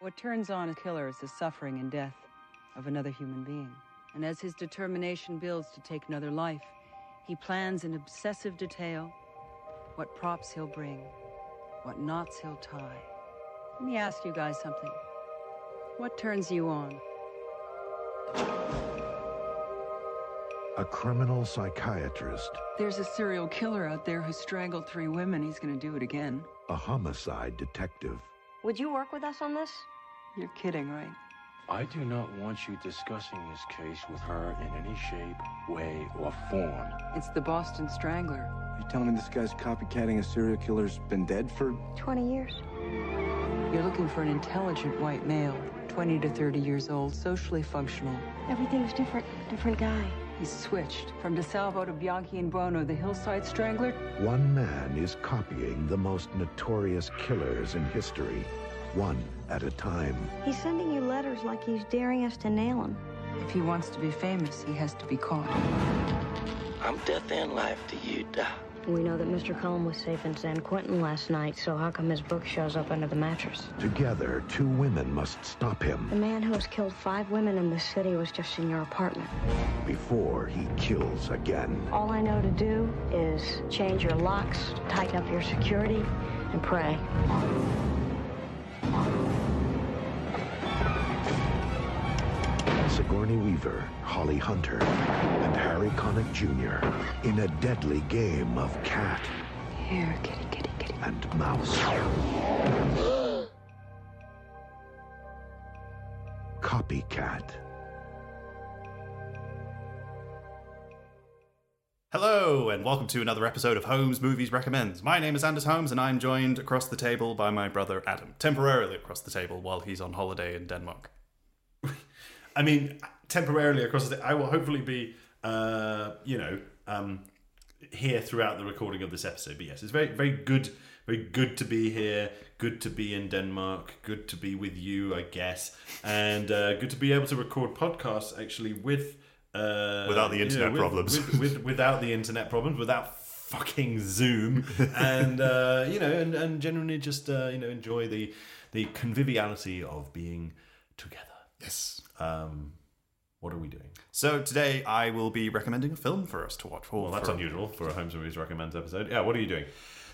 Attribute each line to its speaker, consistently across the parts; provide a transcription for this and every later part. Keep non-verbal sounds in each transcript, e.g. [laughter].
Speaker 1: What turns on a killer is the suffering and death of another human being. And as his determination builds to take another life, he plans in obsessive detail what props he'll bring, what knots he'll tie. Let me ask you guys something. What turns you on?
Speaker 2: A criminal psychiatrist,
Speaker 1: There's a serial killer out there who strangled three women. He's gonna do it again.
Speaker 2: a homicide detective,
Speaker 3: Would you work with us on this?
Speaker 1: You're kidding, right?
Speaker 4: I do not want you discussing this case with her in any shape, way, or form.
Speaker 1: It's the Boston Strangler.
Speaker 5: Are you telling me this guy's copycatting a serial killer's been dead for
Speaker 3: 20 years.
Speaker 1: You're looking for an intelligent white male, 20 to 30 years old, socially functional.
Speaker 3: Everything's different. Different guy.
Speaker 1: He's switched from DeSalvo to Bianchi and Buono, the hillside strangler.
Speaker 2: one man is copying the most notorious killers in history, one at a time.
Speaker 3: He's sending you letters like he's daring us to nail him.
Speaker 1: If he wants to be famous, he has to be caught.
Speaker 6: I'm death and life to you, Doc.
Speaker 3: We know that Mr. Cullen was safe in San Quentin last night, so how come his book shows up under the mattress?
Speaker 2: Together, two women must stop
Speaker 3: The
Speaker 2: him
Speaker 3: man who has killed five women in the city was just in your apartment.
Speaker 2: before he kills again.
Speaker 3: All I know to do is change your locks, tighten up your security, and pray.
Speaker 2: Sigourney Weaver, Holly Hunter, and Harry Connick Jr. in a deadly game of cat
Speaker 1: Here, kitty, kitty, kitty.
Speaker 2: and mouse. [gasps] Copycat.
Speaker 7: Hello, and welcome to another episode of Holmes Movies Recommends. My name is Anders Holmes, and I'm joined across the table by my brother Adam, temporarily across the table while he's on holiday in Denmark.
Speaker 8: [laughs] I mean, temporarily across the. I will hopefully be, uh, you know, um, here throughout the recording of this episode. But yes, it's very, very good, very good to be here. Good to be in Denmark. Good to be with you, I guess, and uh, good to be able to record podcasts actually with. Uh,
Speaker 7: Without the
Speaker 8: you
Speaker 7: internet
Speaker 8: with-
Speaker 7: problems.
Speaker 8: with, [laughs] with, without the internet problems, without fucking [laughs] Zoom, and uh, you know, and, and generally just uh, you know enjoy the the conviviality of being together.
Speaker 7: Yes.
Speaker 8: Um, what are we doing?
Speaker 7: So today I will be recommending a film for us to watch.
Speaker 8: Well, that's unusual for a Home Movies Recommends episode. Yeah, what are you doing?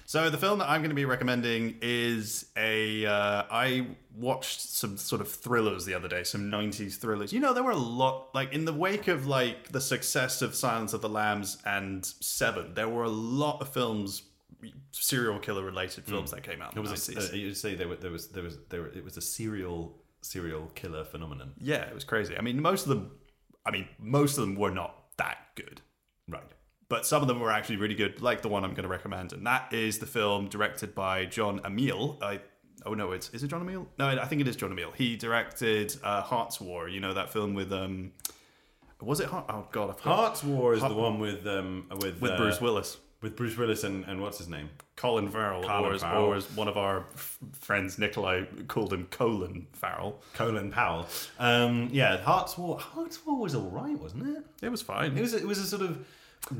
Speaker 7: So the film that I'm going to be recommending is a. Uh, I watched some sort of thrillers the other day, some '90s thrillers. You know, there were a lot like in the wake of like the success of Silence of the Lambs and Seven. There were a lot of films, serial killer related films that came out. in
Speaker 8: It
Speaker 7: the
Speaker 8: Hmm. was a,
Speaker 7: 90s.
Speaker 8: uh, you say there, were, there was there was there were, it was a serial serial killer phenomenon.
Speaker 7: yeah, it was crazy. I mean, most of them. I mean, most of them were not that good.
Speaker 8: Right.
Speaker 7: but some of them were actually really good, like the one I'm going to recommend, and that is the film directed by John Emile. I oh no, it's is it John Emile? No, I think it is John Emile. He directed uh, Hearts War. You know that film with um, was it Heart? Oh god, I forgot.
Speaker 8: Hearts War is
Speaker 7: Heart-
Speaker 8: the one with um with
Speaker 7: with
Speaker 8: uh,
Speaker 7: Bruce Willis.
Speaker 8: with Bruce Willis and, and what's his name?
Speaker 7: Colin Farrell,
Speaker 8: Colin
Speaker 7: or, as,
Speaker 8: Farrell.
Speaker 7: or as one of our f- friends, Nikolai, called him Colin Farrell.
Speaker 8: Colin Powell. Um, yeah, Hearts War. Hearts War was all right, wasn't it?
Speaker 7: It was fine.
Speaker 8: It was it was a sort of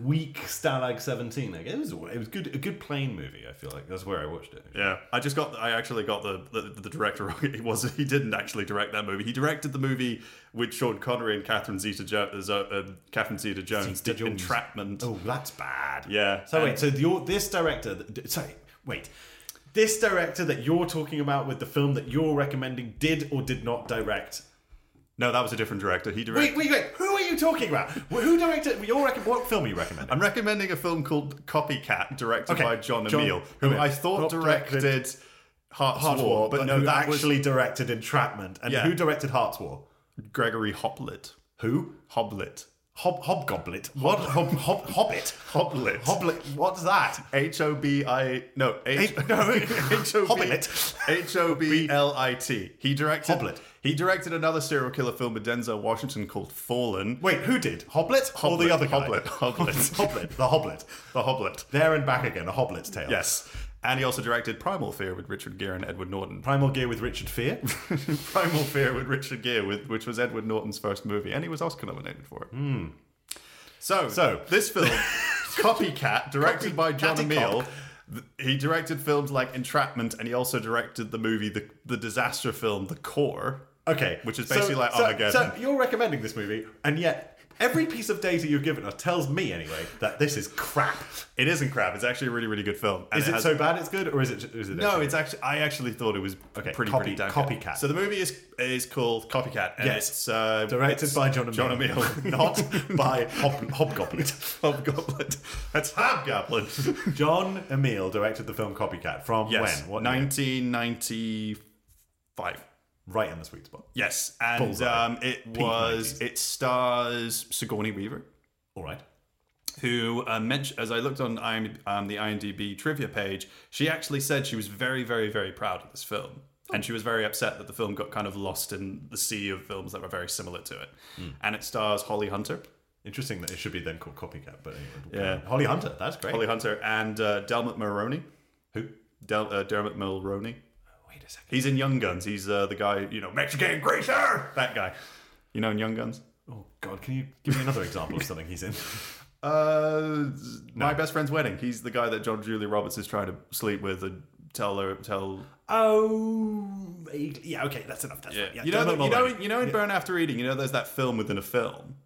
Speaker 8: weak Stalag Seventeen. Like it was it was good a good plane movie. I feel like that's where I watched it.
Speaker 7: Yeah, I just got. I actually got the the, the director wrong. He was he didn't actually direct that movie. He directed the movie with Sean Connery and Catherine Zeta Jones. Uh, uh, Catherine Zeta Jones,
Speaker 8: Zeta
Speaker 7: The
Speaker 8: Jones.
Speaker 7: Entrapment.
Speaker 8: Oh, that's bad.
Speaker 7: Yeah.
Speaker 8: So
Speaker 7: And-
Speaker 8: wait, so the, this director, that- d- sorry, wait, this director that you're talking about with the film that you're recommending did or did not direct.
Speaker 7: No, that was a different director. He
Speaker 8: Wait,
Speaker 7: directed.
Speaker 8: wait, wait. Who are you talking about? Wh- Who directed? You're rec- what film are you recommending?
Speaker 7: I'm recommending a film called Copycat, directed
Speaker 8: Okay,
Speaker 7: by John,
Speaker 8: John
Speaker 7: Emile, who
Speaker 8: Emile.
Speaker 7: I thought
Speaker 8: Not
Speaker 7: directed,
Speaker 8: directed-
Speaker 7: Hearts,
Speaker 8: Hearts
Speaker 7: War, but, no,
Speaker 8: who
Speaker 7: that
Speaker 8: actually
Speaker 7: actually
Speaker 8: directed Entrapment, and
Speaker 7: Yeah.
Speaker 8: who directed Hearts War?
Speaker 7: Gregory Hoblit.
Speaker 8: Who?
Speaker 7: Hoblit.
Speaker 8: Hob Hobgoblet. What? Hob, hob, hobbit.
Speaker 7: Hoblit.
Speaker 8: Hoblet. What's that?
Speaker 7: H O B I no H
Speaker 8: H- no,
Speaker 7: [laughs] H O B
Speaker 8: Hoblit.
Speaker 7: H O B L I T. He directed
Speaker 8: Hoblit.
Speaker 7: He directed another serial killer film with Denzel Washington called Fallen.
Speaker 8: Wait, who did? [laughs] Hoblet, or
Speaker 7: Hoblet,
Speaker 8: the other guy?
Speaker 7: Hoblet, Hoblet.
Speaker 8: Hoblet. The Hoblet.
Speaker 7: [laughs] The Hoblit.
Speaker 8: There and back again. A Hoblet's tale.
Speaker 7: Yes, and he also directed Primal Fear with Richard Gere and Edward Norton.
Speaker 8: Primal Gear with Richard [laughs] Fear.
Speaker 7: [laughs] Primal Fear with Richard Gere, with, which was Edward Norton's first movie, and he was Oscar nominated for it. So,
Speaker 8: So- [laughs]
Speaker 7: this film, Copycat, directed by John
Speaker 8: Copycatacock.
Speaker 7: Emile, Th- He directed films like Entrapment, and he also directed the movie, the, the disaster film, The Core.
Speaker 8: Okay,
Speaker 7: Which is
Speaker 8: so-
Speaker 7: basically like
Speaker 8: so,
Speaker 7: Armageddon.
Speaker 8: So you're recommending this movie, and yet every piece of data you've given us tells me anyway that this is crap.
Speaker 7: It isn't crap. It's actually a really, really good film. and
Speaker 8: Is it
Speaker 7: has-
Speaker 8: so bad it's good, or is it? Is it
Speaker 7: No,
Speaker 8: actually-
Speaker 7: it's actually. I actually thought it was
Speaker 8: Okay,
Speaker 7: pretty
Speaker 8: copy-
Speaker 7: pretty damn
Speaker 8: copycat.
Speaker 7: Good. So the movie is is called Copycat. And
Speaker 8: Yes.
Speaker 7: it's, uh,
Speaker 8: Directed
Speaker 7: it's
Speaker 8: by John O'Meara.
Speaker 7: John O'Meara, not by Hob-
Speaker 8: [laughs]
Speaker 7: Hobgoblin. Hobgoblin. [laughs] That's Hobgoblin.
Speaker 8: John Emile directed the film Copycat from
Speaker 7: yes,
Speaker 8: when? What year?
Speaker 7: 1995.
Speaker 8: Right in the sweet spot.
Speaker 7: Yes, and
Speaker 8: Bullseye.
Speaker 7: um, it
Speaker 8: Peak
Speaker 7: was
Speaker 8: 90s.
Speaker 7: it stars Sigourney Weaver.
Speaker 8: All right.
Speaker 7: who uh, mentioned, as I looked on IM, um, the IMDb trivia page, she actually said she was very, very, very proud of this film. And she was very upset that the film got kind of lost in the sea of films that were very similar to it.
Speaker 8: Hmm.
Speaker 7: And it stars Holly Hunter.
Speaker 8: Interesting that it should be then called Copycat, but anyway.
Speaker 7: Yeah.
Speaker 8: Holly Hunter, that's great.
Speaker 7: Holly Hunter and uh, Delmot Mulroney.
Speaker 8: Who?
Speaker 7: Del- uh, Dermot Mulroney.
Speaker 8: Wait a second.
Speaker 7: He's in Young Guns. He's uh, the guy, you know, Mexican greaser! That guy. You know, in Young Guns?
Speaker 8: Oh God, can you give me another
Speaker 7: [laughs]
Speaker 8: example of something he's in?
Speaker 7: Uh, My best friend's wedding. He's the guy that John Julia Roberts is trying to sleep with and tell her, tell
Speaker 8: Oh, yeah. Okay, that's enough. That's
Speaker 7: Yeah.
Speaker 8: fine,
Speaker 7: you know,
Speaker 8: Dermot
Speaker 7: the, you know,
Speaker 8: Mulroney.
Speaker 7: you know, in Burn After Eating, you know, there's that film within a film.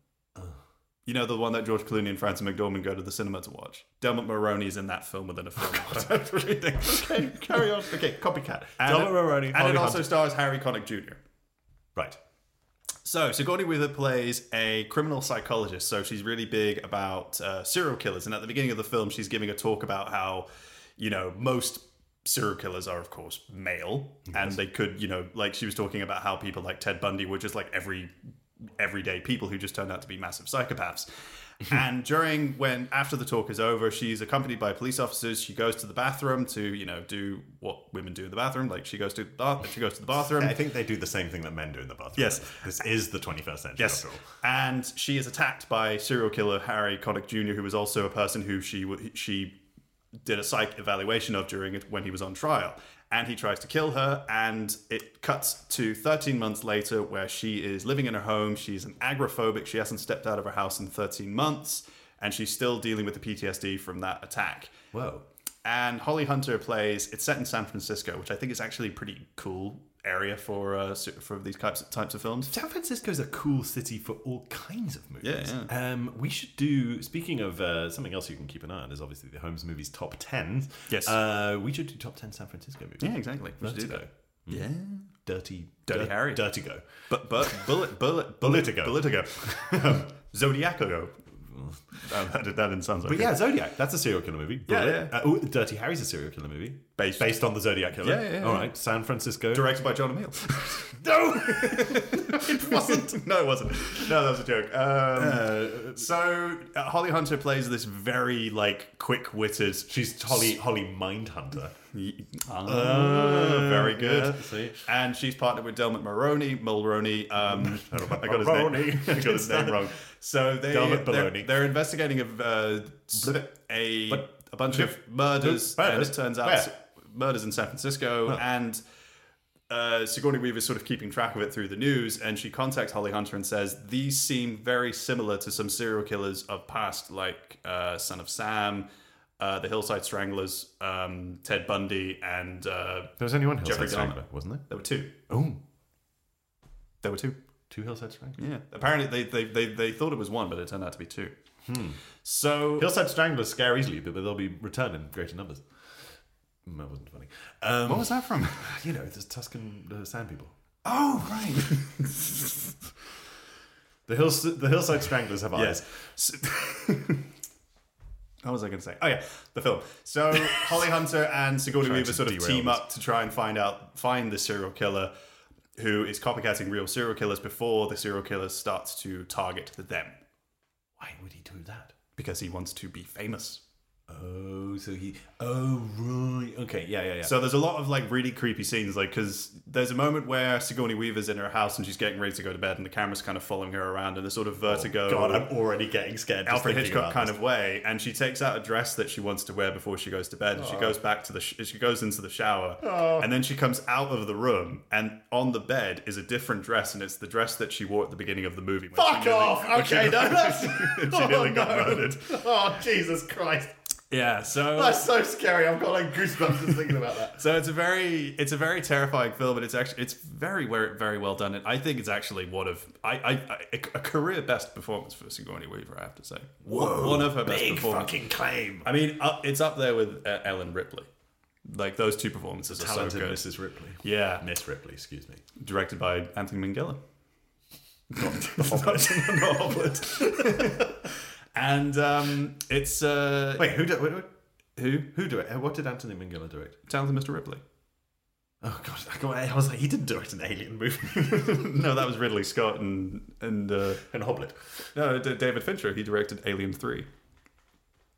Speaker 7: You know, the one that George Clooney and Francis McDormand go to the cinema to watch. Dermot Mulroney's in that film within a [laughs] film.
Speaker 8: okay, carry on. Okay, Copycat.
Speaker 7: and
Speaker 8: Delmot
Speaker 7: it,
Speaker 8: Mulroney,
Speaker 7: and
Speaker 8: Holly
Speaker 7: it also
Speaker 8: Hunter.
Speaker 7: stars Harry Connick Jr.
Speaker 8: right.
Speaker 7: So Sigourney Weaver plays a criminal psychologist. So she's really big about uh, serial killers. And at the beginning of the film, she's giving a talk about how, you know, most serial killers are, of course, male, and they could, you know, like she was talking about how people like Ted Bundy were just like every everyday people who just turned out to be massive psychopaths. and during when after the talk is over, she's accompanied by police officers. She goes to the bathroom to, you know, do what women do in the bathroom. Like she goes to the bath- she goes to the bathroom.
Speaker 8: I think they do the same thing that men do in the bathroom.
Speaker 7: Yes.
Speaker 8: this is the 21st century.
Speaker 7: Yes.
Speaker 8: After all.
Speaker 7: And she is attacked by serial killer Harry Connick Jr., who was also a person who she w- she did a psych evaluation of during it when he was on trial. And he tries to kill her, and it cuts to 13 months later, where she is living in her home. She's an agoraphobic. She hasn't stepped out of her house in 13 months, and she's still dealing with the PTSD from that attack.
Speaker 8: Whoa.
Speaker 7: And Holly Hunter plays. It's set in San Francisco, which I think is actually a pretty cool area for uh, su- for these types of, types of films.
Speaker 8: San Francisco's a cool city for all kinds of movies.
Speaker 7: Yeah,
Speaker 8: Um, we should do. Speaking of uh, something else you can keep an eye on is obviously the Holmes movies top tens.
Speaker 7: Yes.
Speaker 8: Uh, we should do top ten San Francisco movies.
Speaker 7: Yeah, exactly. We should do
Speaker 8: Vertigo.
Speaker 7: that. Yeah.
Speaker 8: Dirty,
Speaker 7: Dirty
Speaker 8: Dir-
Speaker 7: Harry.
Speaker 8: Dirtigo.
Speaker 7: But but bullet bullet
Speaker 8: Politico.
Speaker 7: Politico. [laughs] Um, Zodiaco. that, that, that didn't sound so
Speaker 8: But
Speaker 7: good.
Speaker 8: yeah, Zodiac. That's a serial killer movie.
Speaker 7: Yeah,
Speaker 8: Bullet.
Speaker 7: yeah.
Speaker 8: Uh, ooh, Dirty Harry's a serial killer movie
Speaker 7: Based-
Speaker 8: based on the Zodiac killer.
Speaker 7: Yeah, yeah, yeah.
Speaker 8: All right. San Francisco.
Speaker 7: Directed by John O'Neill.
Speaker 8: No.
Speaker 7: [laughs] it wasn't. No, it wasn't. No, that was a joke. Um, so uh, Holly Hunter plays this very like quick-witted.
Speaker 8: She's Holly Holly Mindhunter.
Speaker 7: Ah, very good.
Speaker 8: yeah, see.
Speaker 7: And she's partnered with Delmot Maroney, Mulroney.
Speaker 8: [laughs]
Speaker 7: Um, I don't know, [laughs] I got his name.
Speaker 8: Mulroney.
Speaker 7: I got
Speaker 8: [laughs]
Speaker 7: his name wrong. So they
Speaker 8: Delmot
Speaker 7: they're,
Speaker 8: Baloney.
Speaker 7: they're investigating a uh, s- a,
Speaker 8: But-
Speaker 7: a bunch of murders.
Speaker 8: But-
Speaker 7: and it turns out
Speaker 8: Where?
Speaker 7: s- murders in San Francisco and. Uh, Sigourney Weaver's sort of keeping track of it through the news, and she contacts Holly Hunter and says these seem very similar to some serial killers of past, like uh, Son of Sam, uh, the Hillside Stranglers, um, Ted Bundy, and uh,
Speaker 8: There was only one
Speaker 7: Jeffrey
Speaker 8: Hillside
Speaker 7: Dahmer.
Speaker 8: Strangler, wasn't there?
Speaker 7: there were two.
Speaker 8: Oh,
Speaker 7: There were two.
Speaker 8: two Hillside Stranglers.
Speaker 7: Yeah. Apparently, they, they, they, they thought it was one, but it turned out to be two. Hmm. So
Speaker 8: Hillside Stranglers scare easily, but they'll be returned in greater numbers. Mm, That wasn't funny. Um,
Speaker 7: what was that from?
Speaker 8: [laughs] You know, there's Tuscan uh, sand people.
Speaker 7: Oh, right.
Speaker 8: The hills, the Hillside Stranglers have eyes.
Speaker 7: yes. So- what was I going to say? Oh yeah, the film.
Speaker 8: [laughs]
Speaker 7: So Holly Hunter and Sigourney
Speaker 8: Trying
Speaker 7: Weaver
Speaker 8: to
Speaker 7: sort of
Speaker 8: derail
Speaker 7: team
Speaker 8: this.
Speaker 7: up to try and find out find the serial killer who is copycatting real serial killers before the serial killer starts to target them
Speaker 8: Why would he do that?
Speaker 7: because he wants to be famous.
Speaker 8: Oh, so he. Oh right. Okay. Yeah. Yeah. Yeah.
Speaker 7: So there's a lot of like really creepy scenes, like because there's a moment where Sigourney Weaver's in her house and she's getting ready to go to bed, and the camera's kind of following her around in this sort of vertigo,
Speaker 8: Oh, God, I'm already getting scared. just
Speaker 7: Alfred
Speaker 8: thinking
Speaker 7: Hitchcock
Speaker 8: about
Speaker 7: kind
Speaker 8: this.
Speaker 7: of way, and she takes out a dress that she wants to wear before she goes to bed, and she goes back to the sh- she goes into the shower, and then she comes out of the room, and on the bed is a different dress, and it's the dress that she wore at the beginning of the movie. when she
Speaker 8: Fuck
Speaker 7: nearly-
Speaker 8: off!
Speaker 7: when she [laughs]
Speaker 8: Okay, no,
Speaker 7: nearly-
Speaker 8: that's.
Speaker 7: when she nearly
Speaker 8: oh,
Speaker 7: got
Speaker 8: no.
Speaker 7: murdered.
Speaker 8: Oh Jesus Christ!
Speaker 7: Yeah,
Speaker 8: [laughs]
Speaker 7: so
Speaker 8: That's so scary. I've got like goosebumps just thinking about that.
Speaker 7: So it's a very it's a very terrifying film, but it's actually it's very very very well done. And I think it's actually one of I, I, I a career best performance for Sigourney Weaver. I have to say, one of her best
Speaker 8: Big
Speaker 7: performances.
Speaker 8: fucking claim.
Speaker 7: I mean, up, it's up there with uh, Ellen Ripley. Like those two performances are so
Speaker 8: Talented
Speaker 7: good.
Speaker 8: Mrs. Ripley.
Speaker 7: Yeah,
Speaker 8: Miss Ripley, excuse me.
Speaker 7: directed by Anthony Minghella. [laughs] the [laughs] Hobbit. [laughs] and um, it's uh,
Speaker 8: Wait, who? Do, wait, wait,
Speaker 7: who?
Speaker 8: who direct? What did Anthony Minghella direct?
Speaker 7: Talented Mr. Ripley.
Speaker 8: Oh god, I, got, I was like, he didn't direct an alien movie.
Speaker 7: [laughs]
Speaker 8: [laughs]
Speaker 7: No, that was Ridley Scott and and uh,
Speaker 8: and Hoblet.
Speaker 7: no D- David Fincher. He directed Alien Three.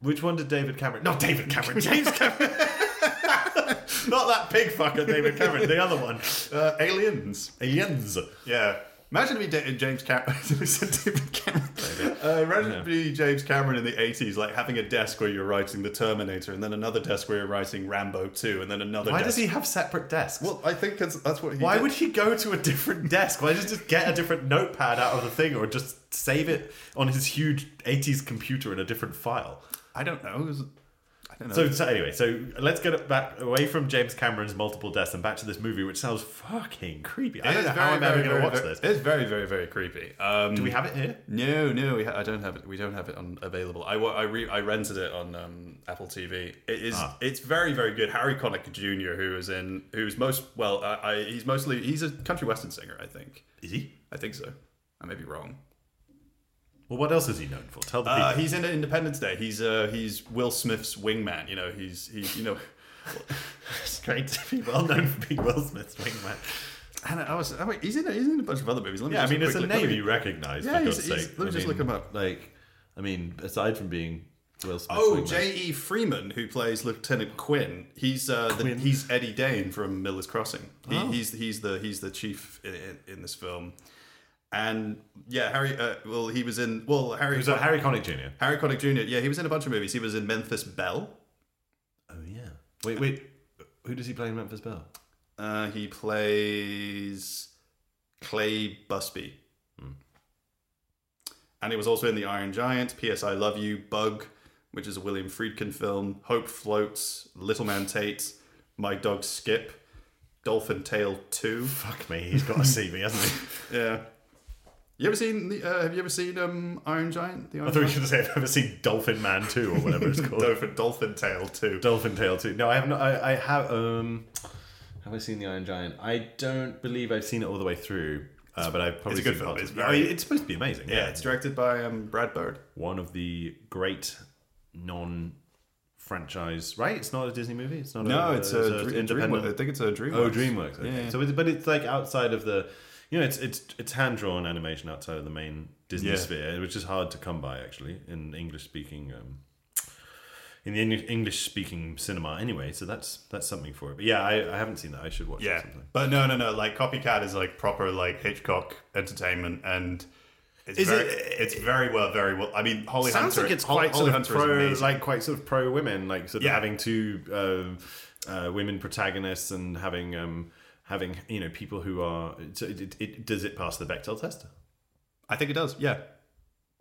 Speaker 8: Which one did David Cameron? Not David Cameron. James Cameron. Not that pig
Speaker 7: [laughs]
Speaker 8: fucker, David Cameron. The other one,
Speaker 7: Uh, aliens.
Speaker 8: Aliens.
Speaker 7: Yeah. Imagine if you James Cameron. [laughs] David Cameron. Uh, imagine if you James Cameron in the 80s, like having a desk where you're writing The Terminator, and then another desk where you're writing Rambo 2, and then another
Speaker 8: Why
Speaker 7: desk.
Speaker 8: does he have separate desks?
Speaker 7: Well, I think that's, that's what he
Speaker 8: Why
Speaker 7: did.
Speaker 8: would he go to a different desk? Why does he just get a different notepad out of the thing, or just save it on his huge '80s computer in a different file?
Speaker 7: I don't know. It was- I don't know.
Speaker 8: So, so anyway, so let's get it back away from James Cameron's multiple deaths and back to this movie, which sounds fucking creepy. I
Speaker 7: It
Speaker 8: don't
Speaker 7: is
Speaker 8: know how I'm ever going to watch
Speaker 7: very,
Speaker 8: this.
Speaker 7: It's very, very, very creepy. Um,
Speaker 8: Do we have it here?
Speaker 7: No, no, we ha- I don't have it. We don't have it on available. I wa- I, re- I rented it on um, Apple TV. It is
Speaker 8: Ah.
Speaker 7: it's very very good. Harry Connick Jr. who is in who's most well I, I he's mostly he's a country western singer I think.
Speaker 8: Is he?
Speaker 7: I think so. I may be wrong.
Speaker 8: Well, what else is he known for? Tell the
Speaker 7: Uh,
Speaker 8: people.
Speaker 7: he's in Independence Day. He's uh, he's Will Smith's wingman. You know he's he's
Speaker 8: [laughs]
Speaker 7: you know.
Speaker 8: Straight to be well known for being Will Smith's wingman.
Speaker 7: And I was oh wait, he's in a, he's in a bunch of other movies. Let me
Speaker 8: Yeah, I
Speaker 7: just
Speaker 8: mean, it's a
Speaker 7: quickly- let
Speaker 8: name
Speaker 7: me-
Speaker 8: you recognise.
Speaker 7: Yeah,
Speaker 8: for
Speaker 7: he's-
Speaker 8: God's
Speaker 7: he's-
Speaker 8: sake.
Speaker 7: let me
Speaker 8: I
Speaker 7: just
Speaker 8: mean,
Speaker 7: look him up.
Speaker 8: Like, I mean, aside from being Will Smith's
Speaker 7: Oh,
Speaker 8: wingman.
Speaker 7: J.E. Freeman, who plays Lieutenant Quinn, he's uh, The, he's Eddie Dane from Miller's Crossing. He, He's he's the he's the chief in, in, in this film, and yeah, Harry. Uh, well, he was in well Harry
Speaker 8: was that Harry Connick Jr.?
Speaker 7: Harry Connick Jr. Yeah, he was in a bunch of movies. He was in Memphis Belle.
Speaker 8: Oh yeah. Wait, wait. Who does he play in Memphis Belle?
Speaker 7: Uh, he plays Clay Busby, Hmm. and he was also in The Iron Giant, P.S. I Love You, Bug, which is a William Friedkin film, Hope Floats, Little Man Tate, My Dog Skip, Dolphin Tale Two.
Speaker 8: [laughs] Fuck me, he's got a CV, hasn't he?
Speaker 7: Yeah. You ever seen the? Uh, have you ever seen um, Iron Giant? The Iron
Speaker 8: I thought you were
Speaker 7: Giant?
Speaker 8: going to say I've ever seen Dolphin Man Two or whatever
Speaker 7: [laughs]
Speaker 8: it's called.
Speaker 7: Dolphin, Dolphin Tale Two.
Speaker 8: Dolphin Tale Two. No, I have not. I, I have. Um, have I seen the Iron Giant? I don't believe I've seen it all the way through. Uh, but I've
Speaker 7: it's
Speaker 8: probably
Speaker 7: a good
Speaker 8: seen
Speaker 7: film.
Speaker 8: parts
Speaker 7: It's
Speaker 8: of-
Speaker 7: very-
Speaker 8: I mean, it's supposed to be amazing.
Speaker 7: Yeah, it's directed by um, Brad Bird.
Speaker 8: one of the great non franchise right it's not a disney movie it's not a,
Speaker 7: Dre-
Speaker 8: independent
Speaker 7: DreamWorks. I think it's a DreamWorks.
Speaker 8: oh dreamworks okay.
Speaker 7: Yeah, yeah.
Speaker 8: so it's, but it's like outside of the you know it's it's it's hand-drawn animation outside of the main disney
Speaker 7: Yeah.
Speaker 8: sphere which is hard to come by actually in english speaking um in the english speaking cinema anyway so that's that's something for it but yeah i, I haven't seen that i should watch
Speaker 7: Yeah,
Speaker 8: it sometime.
Speaker 7: but no, no, no. Like copycat is like proper like Hitchcock entertainment, and it's
Speaker 8: Is
Speaker 7: very,
Speaker 8: it-
Speaker 7: it's very well, very well. I mean, Holly
Speaker 8: sounds
Speaker 7: Hunter.
Speaker 8: like it's
Speaker 7: Hol-
Speaker 8: quite
Speaker 7: Holly
Speaker 8: sort of
Speaker 7: Hunter is
Speaker 8: pro,
Speaker 7: amazing.
Speaker 8: like quite sort of pro women, like sort of
Speaker 7: Yeah.
Speaker 8: having two um, uh, women protagonists and having um, having you know people who are. So it, it, it does it pass the Bechdel test?
Speaker 7: I think it does. Yeah,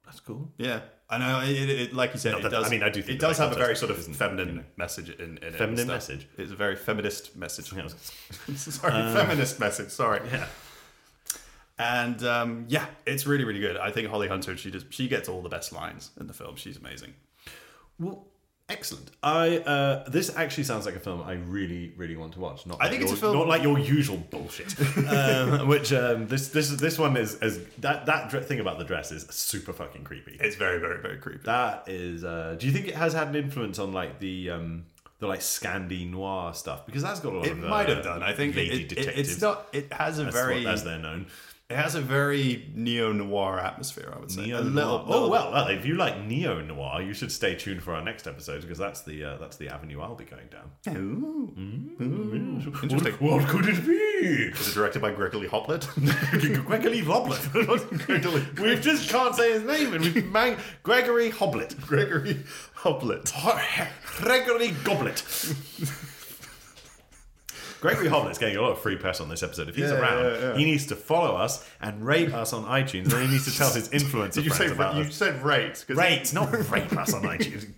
Speaker 8: That's cool.
Speaker 7: yeah. I know. It, it, it- like you said,
Speaker 8: Not
Speaker 7: it
Speaker 8: that-
Speaker 7: does.
Speaker 8: I mean, I do think
Speaker 7: it
Speaker 8: that
Speaker 7: does
Speaker 8: that
Speaker 7: have a very
Speaker 8: contest
Speaker 7: sort of
Speaker 8: isn't,
Speaker 7: feminine message in, in it. and
Speaker 8: Feminine
Speaker 7: stuff.
Speaker 8: message?
Speaker 7: It's a very feminist message.
Speaker 8: Yeah, I was-
Speaker 7: [laughs] sorry, feminist message. Sorry.
Speaker 8: Yeah.
Speaker 7: And um, yeah, it's really, really good. I think Holly Hunter. She just she gets all the best lines in the film. She's amazing.
Speaker 8: Well, excellent. I uh, this actually sounds like a film I really, really want to watch. Not
Speaker 7: I
Speaker 8: like
Speaker 7: think it's
Speaker 8: your-
Speaker 7: a film-
Speaker 8: not like your usual
Speaker 7: [laughs]
Speaker 8: bullshit. um, which um, this this this one is is that that dre- thing about the dress is super fucking creepy.
Speaker 7: It's very, very, very creepy.
Speaker 8: That is. Uh, do you think it has had an influence on like the um, the like Scandi noir stuff? Because that's got a lot
Speaker 7: it
Speaker 8: of.
Speaker 7: might
Speaker 8: uh,
Speaker 7: have done. I think
Speaker 8: lady
Speaker 7: it, it- it-
Speaker 8: detectives.
Speaker 7: it's not. It has a
Speaker 8: That's what-
Speaker 7: very
Speaker 8: as they're known.
Speaker 7: It has a very neo noir atmosphere, I would say.
Speaker 8: Neo
Speaker 7: a little,
Speaker 8: noir. Oh well, well, if you like neo noir, you should stay tuned for our next episode because that's the uh, that's the avenue I'll be going down.
Speaker 7: Interesting.
Speaker 8: What could it be?
Speaker 7: Was it directed by Gregory Hoplet? [laughs]
Speaker 8: Gregory Hoblet. [laughs] we just can't say his name, and we've mang- Gregory Hoblet.
Speaker 7: Gregory Hoplet.
Speaker 8: Gregory Goblet. Gregory Hoblet's getting a lot of free press on this episode. If he's
Speaker 7: Yeah,
Speaker 8: around,
Speaker 7: yeah, yeah.
Speaker 8: he needs to follow us and rate us on iTunes. and Then he needs to tell his
Speaker 7: [laughs]
Speaker 8: influencer
Speaker 7: Did you
Speaker 8: friends
Speaker 7: say
Speaker 8: about
Speaker 7: you
Speaker 8: us.
Speaker 7: said rate? 'Cause-
Speaker 8: Rate, not rape us on iTunes.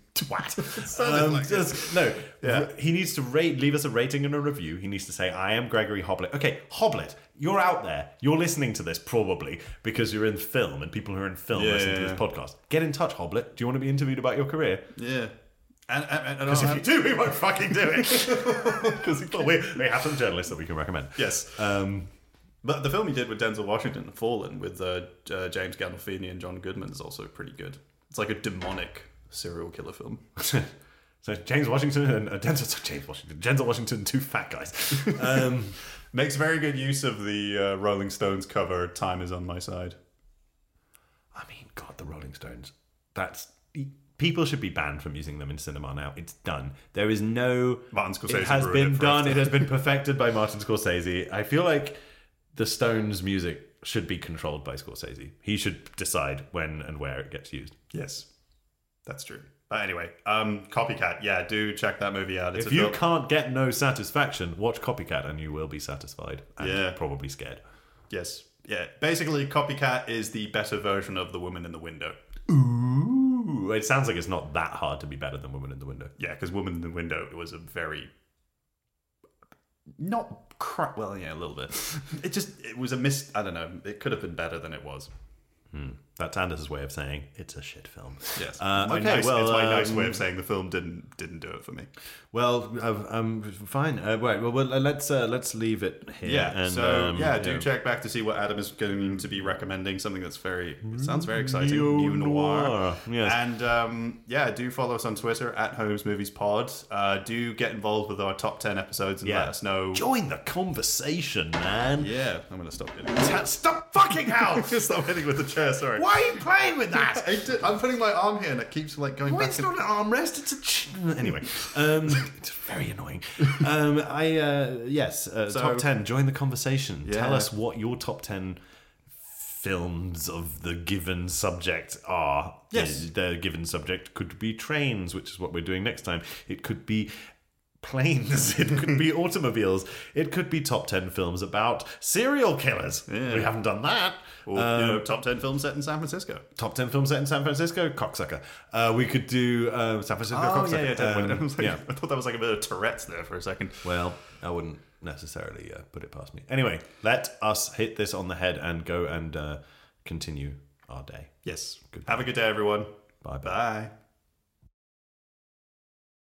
Speaker 7: [laughs]
Speaker 8: twat. Um,
Speaker 7: sounded like it.
Speaker 8: just- no,
Speaker 7: Yeah.
Speaker 8: r- he needs to rate, leave us a rating and a review. He needs to say, "I am Gregory Hoblet." Okay, Hoblet, you're out there. You're listening to this probably because you're in film, and people who are in film
Speaker 7: Yeah,
Speaker 8: listen to
Speaker 7: yeah,
Speaker 8: this
Speaker 7: yeah.
Speaker 8: podcast. Get in touch, Hoblet. Do you want to be interviewed about your career?
Speaker 7: Yeah. And, and, and I don't
Speaker 8: Because if
Speaker 7: have-
Speaker 8: you do, we won't fucking
Speaker 7: [laughs]
Speaker 8: do it. Because [laughs] we, we have some journalists that we can recommend.
Speaker 7: Yes.
Speaker 8: Um, [laughs]
Speaker 7: But the film he did with Denzel Washington, The Fallen, with uh, uh, James Gandolfini and John Goodman, is also pretty good. It's like a demonic serial killer film. [laughs]
Speaker 8: so James Washington and uh, Denzel [laughs] so James Washington, Denzel Washington, two
Speaker 7: [laughs]
Speaker 8: fat guys. Um,
Speaker 7: Makes very good use of the uh, Rolling Stones cover "Time Is on My Side."
Speaker 8: I mean, God, the Rolling Stones. That's e, people should be banned from using them in cinema now. It's done. There is no
Speaker 7: Martin Scorsese
Speaker 8: It has
Speaker 7: ruined
Speaker 8: been
Speaker 7: it for us.
Speaker 8: done. It
Speaker 7: [laughs]
Speaker 8: has been perfected by Martin Scorsese. I feel like the Stones music should be controlled by Scorsese. He should decide when and where it gets used.
Speaker 7: Yes, that's true. But anyway, um, Copycat. Yeah, do check that movie out. It's
Speaker 8: if
Speaker 7: a
Speaker 8: you
Speaker 7: film-
Speaker 8: can't get no satisfaction, watch Copycat and you will be satisfied and
Speaker 7: Yeah.
Speaker 8: probably scared.
Speaker 7: yes, yeah. Basically, Copycat is the better version of The Woman in the Window.
Speaker 8: Ooh, it sounds like it's not that hard to be better than Woman in the Window.
Speaker 7: Yeah, because Woman in the Window was a very not crap. Well, yeah, a little bit. it just it was a miss. I don't know. It could have been better than it was.
Speaker 8: That's Anders' way of saying it's a shit film.
Speaker 7: Yes.
Speaker 8: Uh,
Speaker 7: My
Speaker 8: okay.
Speaker 7: nice-
Speaker 8: well,
Speaker 7: it's my nice
Speaker 8: um,
Speaker 7: way of saying the film didn't didn't do it for me.
Speaker 8: Well, uh, um, fine. Uh, right. Well, well, uh, let's uh, let's leave it here.
Speaker 7: Yeah.
Speaker 8: and,
Speaker 7: so
Speaker 8: um,
Speaker 7: yeah, do
Speaker 8: you know,
Speaker 7: check back to see what Adam is going to be recommending. Something that's very it sounds very exciting.
Speaker 8: Neo
Speaker 7: New noir.
Speaker 8: noir, yes.
Speaker 7: And um, yeah, do follow us on Twitter at Holmes Movies Pod. Uh, do get involved with our top ten episodes and
Speaker 8: Yeah.
Speaker 7: let us know.
Speaker 8: Join the conversation, man.
Speaker 7: Yeah, I'm gonna stop. Doing [laughs]
Speaker 8: Ta- Stop fucking hell!
Speaker 7: stop hitting with the chair. Sorry.
Speaker 8: Why are you playing with that?
Speaker 7: [laughs] I did- I'm putting my arm here and it keeps like going
Speaker 8: Well,
Speaker 7: back.
Speaker 8: it's
Speaker 7: and-
Speaker 8: not an armrest. It's a ch- anyway.
Speaker 7: [laughs]
Speaker 8: Um, it's very annoying. Um, I uh, yes. Uh, top ten. Join the conversation. Tell
Speaker 7: Yeah.
Speaker 8: us what your top ten films of the given subject are.
Speaker 7: Yes.
Speaker 8: the given subject could be trains, which is what we're doing next time. It could be. Planes, [laughs] it could be automobiles, it could be top 10 films about serial killers. We haven't done that.
Speaker 7: Or, you
Speaker 8: Um,
Speaker 7: know, top ten films set in San Francisco.
Speaker 8: Top 10 films set in San Francisco, cocksucker. Uh, we could do uh, San Francisco, cocksucker.
Speaker 7: [laughs]
Speaker 8: Um,
Speaker 7: I, was like-
Speaker 8: yeah.
Speaker 7: I thought that was like a bit of Tourette's there for a second.
Speaker 8: Well, I wouldn't necessarily uh, put it past me. Anyway, let us hit this on the head and go and uh, continue our day.
Speaker 7: Yes.
Speaker 8: Good.
Speaker 7: Have a good day, everyone.
Speaker 8: Bye bye.
Speaker 7: Bye.